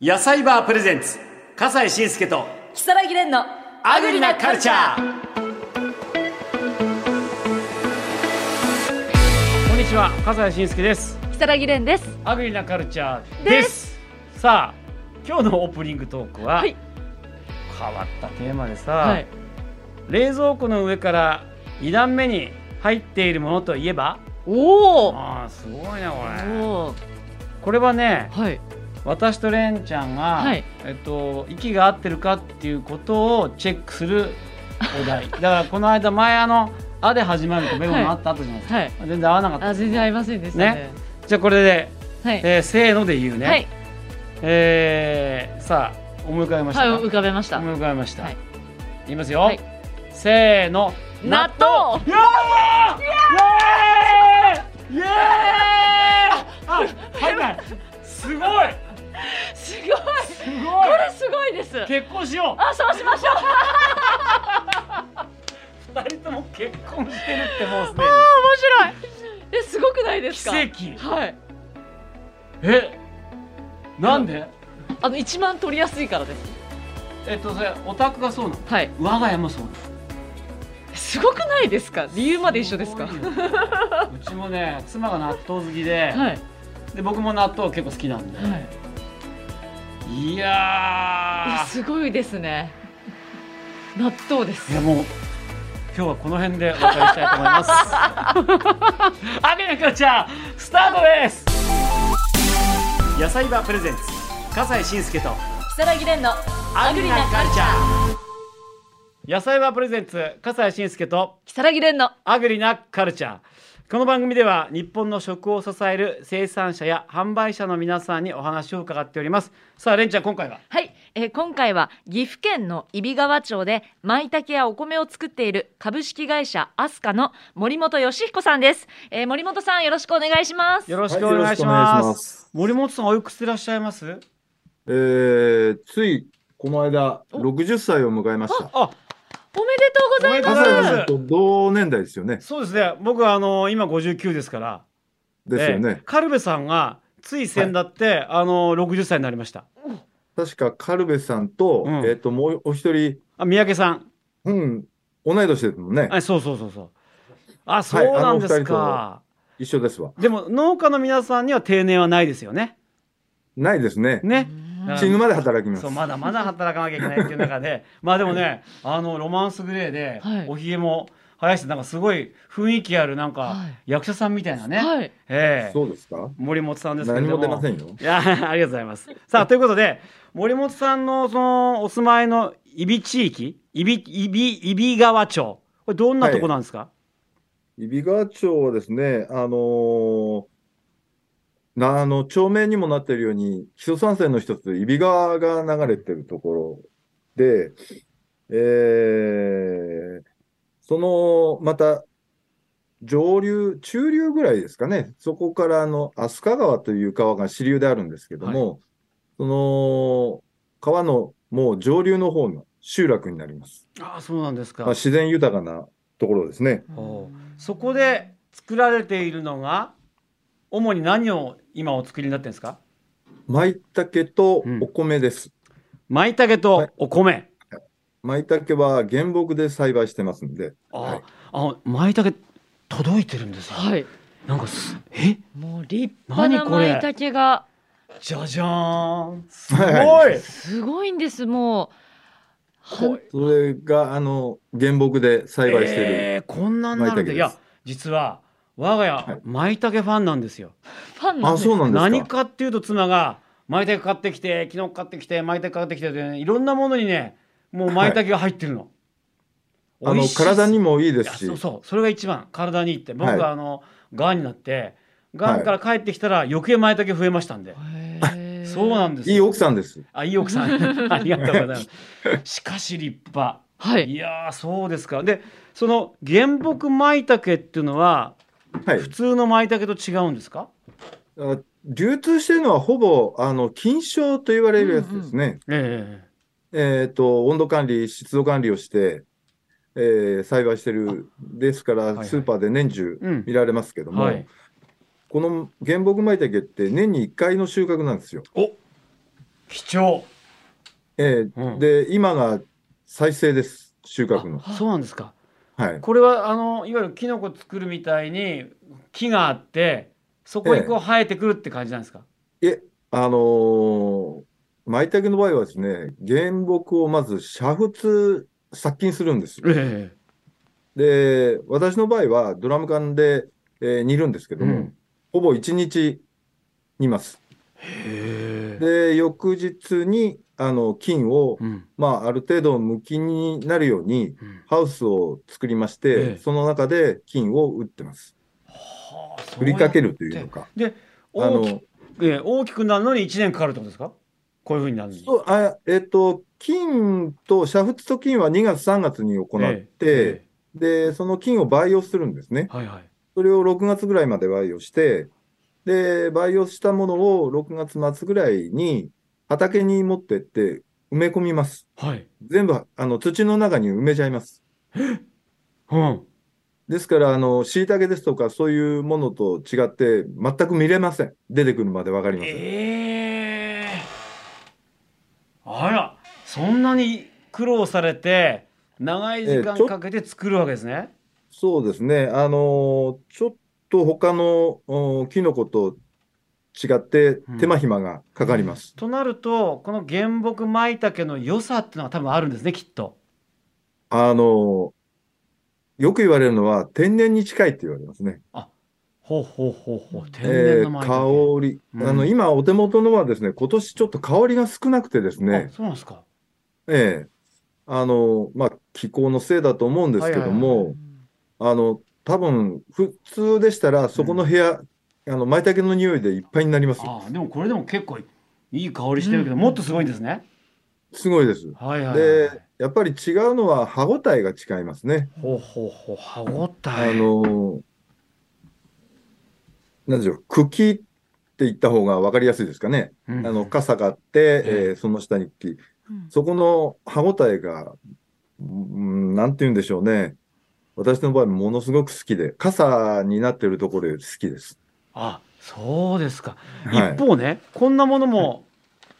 野菜バープレゼンツ笠西慎介と木更木蓮のアグリなカルチャーこんにちは、笠谷慎介です。木更木蓮ですアグリなカルチャーでですす。さあ、今日のオープニングトークは、はい変わったテーマでさ、はい冷蔵庫の上から2段目に入っているものといえば、おーああ、すごいなこれ。おーこれはね、はい私とレンちゃんが、はいえっと息が合ってるかっていうことをチェックするお 題。だからこの間前あのあで始まるとメモのあった後じゃないですか。はい全然合わなかった。あ全然合いませんでしたねねじゃあこれで、はいえーせーので言うね。はいえー、さあ思い浮かべましたはいか、浮かべました思い浮かべました、はい言いますよ、はいせーの納豆いやーイエーイイエーイあ入んないすごいすすごごいいこれすごいです結婚しよあそうしましょうあう二人とも結婚してるってもうすでー面白いえすごくないですかに奇跡はいえなんであの一番取りやすいからですえっとそれオタクがそうなのはい我が家もそうなのすごくないですか理由まで一緒ですかごいようちもね妻が納豆好きで、はいで僕も納豆結構好きなんで、はいいいややすごいですね納豆ですーいやもう今日はこの辺でお別れしたいと思い ますアゲナカルチャースタートです野菜バープレゼンツ笠西慎介と木更木蓮のアグリなカルチャーャー野菜はプレゼンツ笠西慎介と木更木蓮のアグリなカルチャーこの番組では日本の食を支える生産者や販売者の皆さんにお話を伺っておりますさあレンちゃん今回ははい、えー今回は岐阜県の揖斐川町で舞茸やお米を作っている株式会社アスカの森本義彦さんです、えー森本さんよろしくお願いしますよろしくおはいよ願ろいしくしお願まいす,、します森本さんおいくつでいらっしゃいますえー、ついこの間、お60歳を迎えました。あおめでとうございおめでとうござまいます朝さんと同年代ですよね。そうですね僕はあの今59ですからですよええね。カルベさんがつい先だって、あの60歳になりました確か、カルベさんと、うんえっと、もうお一人、あ三宅さんうん、同い年ですもんね。あそうそうそうそうあそうなんですか、あ一緒ですわ。でも農家の皆さんには定年はないですよねないですね。ねうん死ぬまで働きますそう。まだまだ働かなきゃいけないっていう中 でまあでもねあのロマンスグレーではいおひげも生やしてなんかすごい雰囲気あるなんかはい役者さんみたいなね、はいええそうですか森本さんですけれ何どもも出ませんよ。いや ありがとうございます。さあということで森本さんのそのお住まいの伊比地域伊比伊比伊比川町これどんなとこなんですか、揖斐川町はですね、あのーなあの町名にもなっているように、基礎山線の一つ、揖斐川が流れてるところで、えーその、また、上流、中流ぐらいですかね、そこからあの飛鳥川という川が支流であるんですけども、その川のもう上流の方の集落になります。ああそうなんですか。まあ、自然豊かなところですね。おうそこで作られているのが主に何を今お作りになってるんですか舞茸とうんお米です。舞茸とお米、舞茸は原木で栽培してますんで、あ、はいあの舞茸届いてるんですよ、はいなんかすえもう立派な何これ舞茸がじゃじゃーんすごい、はいすごいんですもうはそれがあの原木で栽培してる。えーこんなんなるん舞茸でだすいや実は我がは家い舞茸ファンなんですよ、ファンなんあ、ですそうなんですか。何かっていうと妻が舞茸買ってきて昨日買ってきて舞茸買ってきてで、いろんなものにねもう舞茸が入ってるの、あ美の味しい体にもいいでいやすし、そうそうそれが一番体にいいって僕はいはあのがんになってがんから帰ってきたら余計舞茸増えましたんで、へ ーそうなんですいいよ奥さんです。あいい奥さん ありがとうございますしかし立派はいいやーそうですかでその原木舞茸っていうのははい普。通の舞茸と違うんですか、あ流通してるのはほぼあの菌床と言われるやつですね。ええっ、と温度管理、湿度管理をして、えー栽培してるですから、はいスーパーで年中うん見られますけえども、はいこの原木舞茸って年に1回の収穫なんですよ。お貴重。ええうんで、今が最盛です、収穫の。そうなんですか。はい。これはあのいわゆるキノコ作るみたいに木があってそこにこう生えてくるって感じなんですか。あのー、舞茸の場合はですね、原木をまず煮沸、殺菌するんですよ。えで、私の場合はドラム缶で、えー煮るんですけえども、ほぼ1日煮ます。へえ。で、翌日に、あの、菌を、うんまあ、ある程度無菌になるように、うん。ハウスを作りまして、ええその中で菌を打ってます。はあそうや振りかけるというのか。であ大きの、く、ええ大きくなるのに一年かかるってことですか。こういうふうになるのに。そうあえっ、と、菌と、煮沸と菌は2月、3月に行って、えええで、その菌を培養するんですね。えはいはい。それを6月ぐらいまで培養して、で、培養したものを6月末ぐらいに畑に持ってって埋め込みます。はい。全部、あの、土の中に埋めちゃいます。うん。ですから、あの、椎茸ですとか、そういうものと違って、全く見れません。出てくるまでわかりません。ええあらそんなに苦労されて長い時ええ間ちょかけて作るわけですね。そうですね。あの、ちょっと他の、おキノコと違ってうん、手間暇がかかります。となるとこの原木舞茸の良さっていうのは多分あるんですねきっと。あの、よく言われるのは、天然に近いって言われますね。ほうほうほうほう天然えのー舞茸。香り、うんあの今、お手元のはですね、今年ちょっと香りが少なくてですねあ、そうなんですか。ええあのまあ、気候のせいだと思うんですけどはいも、あの多分普通でしたら、そこの部屋、あの舞茸の匂いでいっぱいになりますよ。あでもこれでも結構いい香りしてるけど、もっとすごいんですね。すごいです。はいはい、はでい。、やっぱり違うのは歯ごたえが違いますね。ほうほうほう歯応え。あのなんでしょう、茎って言った方が分かりやすいですかね。うん、あの傘があって、えええーその下に木うんそこの歯ごたえが、うん、なんて言うんでしょうね。私の場合、ものすごく好きで、傘になってるところより好きです。あそうですか。はい一方ねこんなものも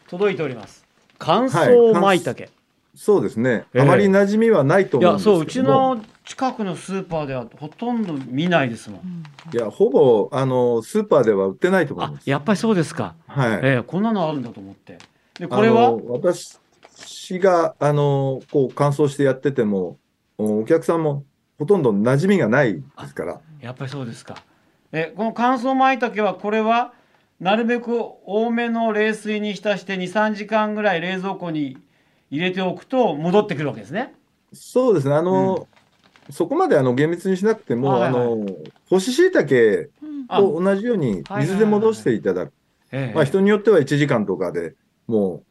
届いております。乾燥舞茸。そうですね。ええあまり馴染みはないいと思うんやですそううけちども。の近くのスーパーではほとんど見ないですもん。いや、ほぼ、あの、スーパーでは売ってないと思いあます。やっぱりそうですか。はい。ええこんなのあるんだと思って。でこれはあの私が、あの、こう、乾燥してやってても、おお客さんもほとんど馴染みがないですから。やっぱりそうですか。えこの乾燥舞茸はこれはなるべく多めの冷水に浸して23時間ぐらい冷蔵庫に入れておくと戻ってくるわけですね。そうですね。あの、そこまであの厳密にしなくても、はいあはいの、干し椎茸あと同じようにはいはい水で戻していただく。ええまあ人によっては1時間とかでも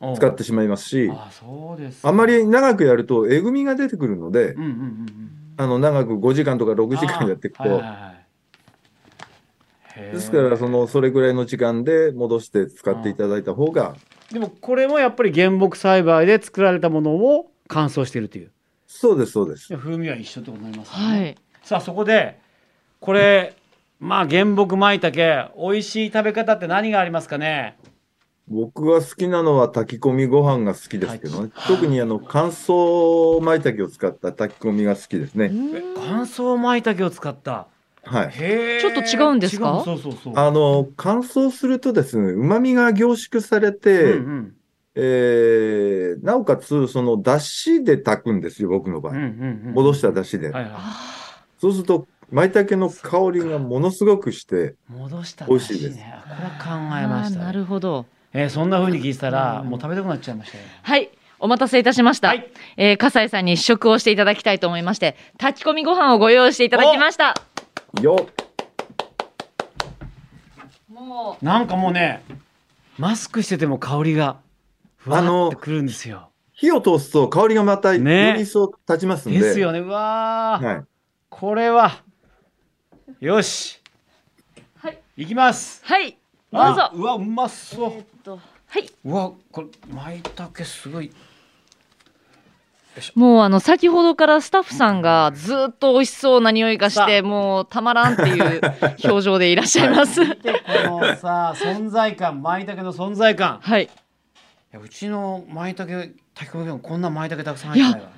おうう使ってしまいますし、あそうですか。あんまり長くやるとえぐみが出てくるのでうん、うんうんうん。あの長く5時間とか6時間やっていくあーはいとはい、はいへーですからそのそれぐらいの時間で戻して使っていただいた方が、でもこれもやっぱり原木栽培で作られたものを乾燥しているというそうです、そうです。風味は一緒ってことになりますね、はい。さあそこでこれまあ原木舞茸美味しい食べ方って何がありますかね僕が好きなのは炊き込みご飯が好きですけどね、特にあの乾燥舞茸を使った炊き込みが好きですね。え乾燥舞茸を使ったはい。へーちょっと違うんですか違うそうそうそうあの、乾燥するとですね、旨味が凝縮されうて、んえーなおかつ、その、だしで炊くんですよ、僕の場うんう合。んうんうん戻しただしで。はいはあそうすると、舞茸の香りがものすごくして、い戻した美味しいですだねあこれは考えまあしたなるほど。えーそんな風に聞いてたらうんもう食べたくなっちゃいましたよはい。お待たせいたしました。はいえー、笠井さんに試食をしていただきたいと思いまして、炊き込みご飯をご用意していただきました。よもなんかもうね、マスクしてても香りがふあわのってくるんですよ。火を通すと香りがまた、よねり一層立ちますんでで。すよね。うわー、はい。これは。よし。はい。きますう。。はい。どうあぞ。うわ、うまそえーうっ。とはい。うわ、これ、舞茸すごい。もうあの先ほどからスタッフさんがずっと美味しそうな匂いがしさてあもうたまらんっていう表情でいらっしゃいます。見て、このさ、存在感、舞茸の存在感。 はい。やうちの舞茸炊き込みご飯こんな舞茸たくさん入ってないわ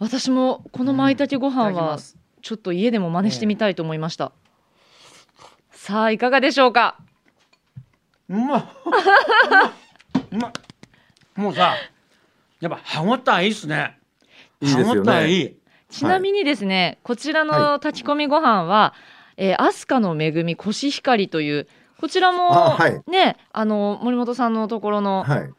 私もこの舞茸ごい飯ただきはますちょっと家でも真似してみたいと思いました、さあいかがでしょうかうまっうまっうまっもうさやっぱ歯ごたえいいっすねいいですよね歯ごたえいいちなみにですね、こちらの炊き込みご飯は、えー、アスカの恵みコシヒカリというこちらもあはいねあの森本さんのところのはい、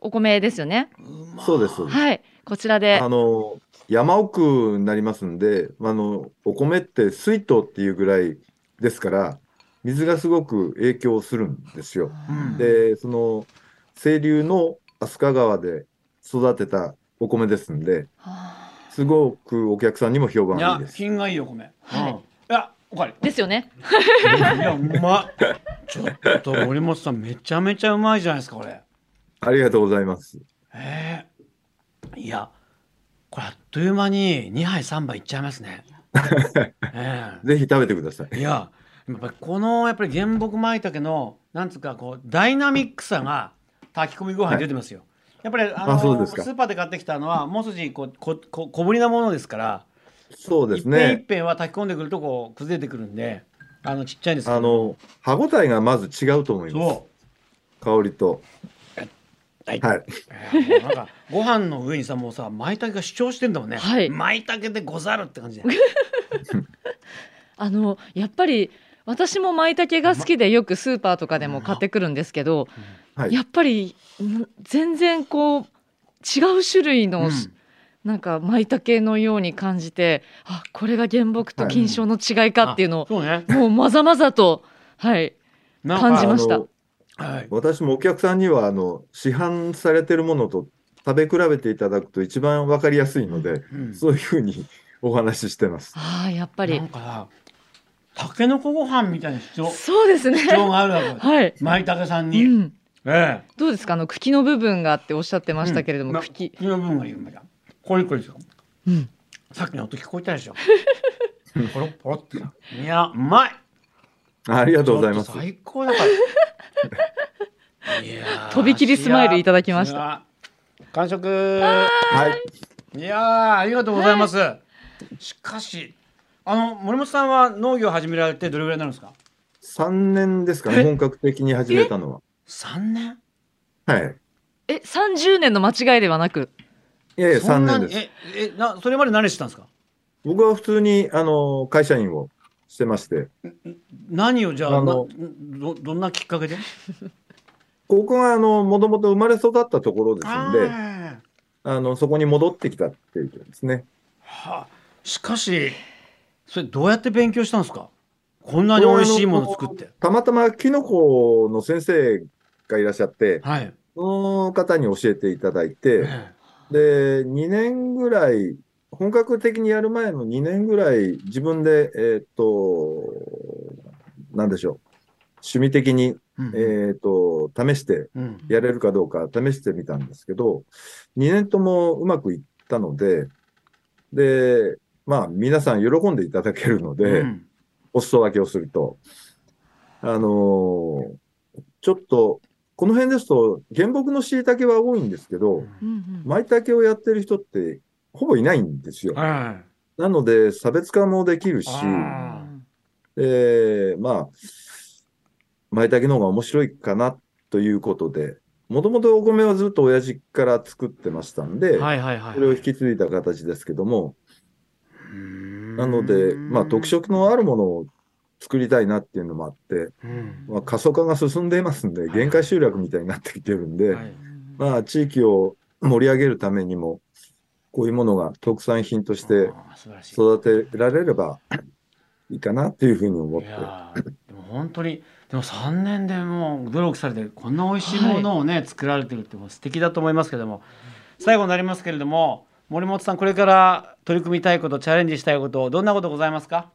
お米ですよねうまっそうですそうです。はいこちらであの山奥になりますんで、あのお米って水筒っていうぐらいですから、水がすごく影響するんですよ。うんで、その清流の飛鳥川で育てたお米ですんで、はあすごくお客さんにも評判いがいやいです。品がいいよ米はいうんいやおかわりですよねいやうまっちょっと森本さんめちゃめちゃうまいじゃないですかこれありがとうございます。ええいやこれあっという間に2杯3杯いっちゃいます ねえぜひ食べてください。えいややっぱりこのやっぱり原木舞茸のなんつうかこうダイナミックさが炊き込みご飯に出てますよ、やっぱりあのあそうですかスーパーで買ってきたのはもう筋こうここ小ぶりなものですからそうですね。一辺一辺は炊き込んでくるとこう崩れてくるんであのちっちゃいんですけどあの歯ごたえがまず違うと思います。そう香りと。はいはい。えーもうなんかご飯の上にさもうさ舞茸が主張してんだもんね、はい舞茸でござるって感じであのやっぱり私も舞茸が好きでよくスーパーとかでも買ってくるんですけど、はい。やっぱりん全然こう 違う種類の、うんなんか舞茸のように感じてあこれが原木と金賞の違いかっていうのを、そうねもうまざまざとはいなん感じかましたあのはい、私もお客さんにはあの市販されてるものと食べ比べていただくと一番わかりやすいので、うんそういうふうにお話ししてます。あーやっぱりなんかさたけのこご飯みたいな 主張主そうですね張があるわけはい、舞茸さんうに、ん、ええどうですかあの茎の部分がっておっしゃってましたけれども、うんま茎、茎の部分が有名だこれこれですようん、さっきの音聞こえたでしょポロッポロってさいやうまい ありがとうございますちょっ。最高だから いやーとびきりスマイルいただきましたいやー完食はい。いやーありがとうございます、しかしあの森本さんは農業を始められてどれぐらいになるんですか3年ですかね、本格的に始めたのは。 3年はい。え30年の間違いではなくいやいや、そ3んな年にです。ええなそれまで何してたんですか僕は普通に、あの、会社員をしてまして、何をじゃああのなどどんなきっかけでここが、あの、もともと生まれ育ったところですんで、あーあの、そこに戻ってきたっていうことですね。はあしかしそれどうやって勉強したんですかこんなに美味しいもの作ってたまたまキノコの先生がいらっしゃって、はい、その方に教えていただいて、えで、2年ぐらい、本格的にやる前の2年ぐらい、自分で、えーっと、なんでしょう、趣味的に、えうんえーっと、試して、うんやれるかどうか試してみたんですけど、2年ともうまくいったので、で、まあ、皆さん喜んでいただけるので、うんお裾分けをすると、あのーちょっと、この辺ですと、原木の椎茸は多いんですけうど、んうん舞茸をやってる人ってほぼいないんですよ。はいなので、差別化もできるし、あえーまあ、舞茸の方が面白いかなということで、もともとお米はずっと親父から作ってましたんで、はいはいはいそれを引き継いだ形ですけども、ななので、まあ、特、色のあるものを作りたいなっていうのもあって、うんまあ、過疎化が進んでいますんで、い限界集落みたいになってきてるんで、はいまあ、地域を盛り上げるためにも、こういうものが特産品としてあー素晴らしい育てられればいいかなっていうふうに思っいて。やーでも本当にでも3年でもう努力されてこんな美味しいものをね、作られてるってもう素敵だと思いますけども最後になりますけれども森本さんこれから取り組みたいことチャレンジしたいことどんなことございますか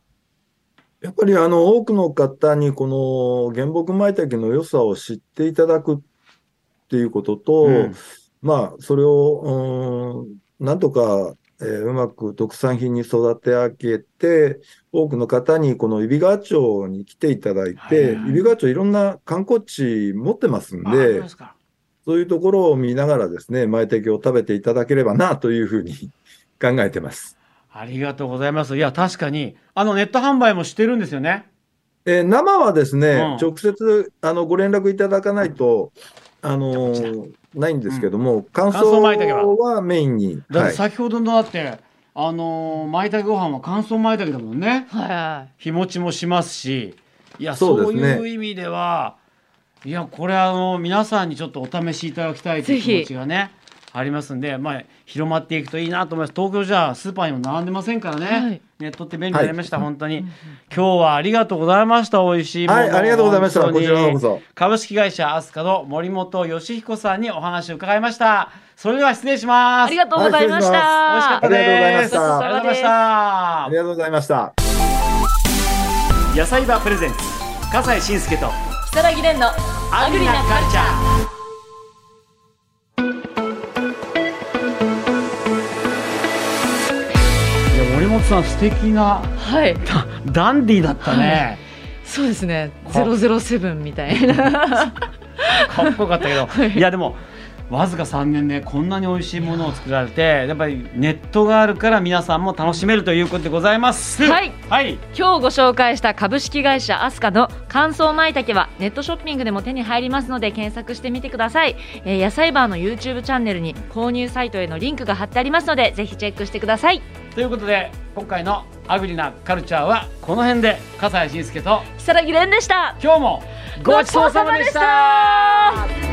やっぱりあの、多くの方にこの原木舞茸の良さを知っていただくっていうことと、うんまあ、それを、うーん、なんとか、えーうまく特産品に育て上げて、多くの方にこの揖斐川町に来ていただいはいて、揖斐川町いろんな観光地持ってますんあーそうでで、すかそういうところを見ながらですね、前提を食べていただければなというふうに 考えてます。ありがとうございます。いや、確かに、あの、ネット販売もしてるんですよね。えー生はですね、うん直接あのご連絡いただかないと、あのじゃあーないんですけども、乾乾燥舞茸燥はメインに。だっはてい、先ほどのだって、あのー、舞茸ご飯は乾燥舞茸だもんね。は日持ちもしますし、いや、そそううですねいう意味では、いや、これあの、皆さんにちょっとお試しいただきたいというぜ気ひ持ちがね、ありますんで、まあ、広まっていくといいなと思います。東京じゃあスーパーにも並んでませんからね。はいネットって便利になりました、本当に。今日はありがとうございました。美味しいものはい、ありがとうございました。本当こにちらこそ。株式会社アスカの森本義彦さんにお話を伺いましたそれでは失礼しますありがとうございま美味した。しかったですありがとうございましたありがとうございましたありがとうございました。野菜場プレゼンツ笠西慎介と木更木蓮のアグリなカルチャーいや森本さん素敵なはいダ ダンディーだったね、そうですね007みたいなかっこよかったけど、はいい、やでもわずか3年でこんなに美味しいものを作られてやっぱりネットがあるから皆さんも楽しめるということでございますはいはい今日ご紹介した株式会社アスカの乾燥舞茸はネットショッピングでも手に入りますので検索してみてください、えー野菜バーの YouTube チャンネルに購入サイトへのリンクが貼ってありますのでぜひチェックしてくださいということで今回の「アグリなカルチャー」はこの辺で笠谷慎介と木更木蓮でした今日もごちそうさまでしたごちそうさまでした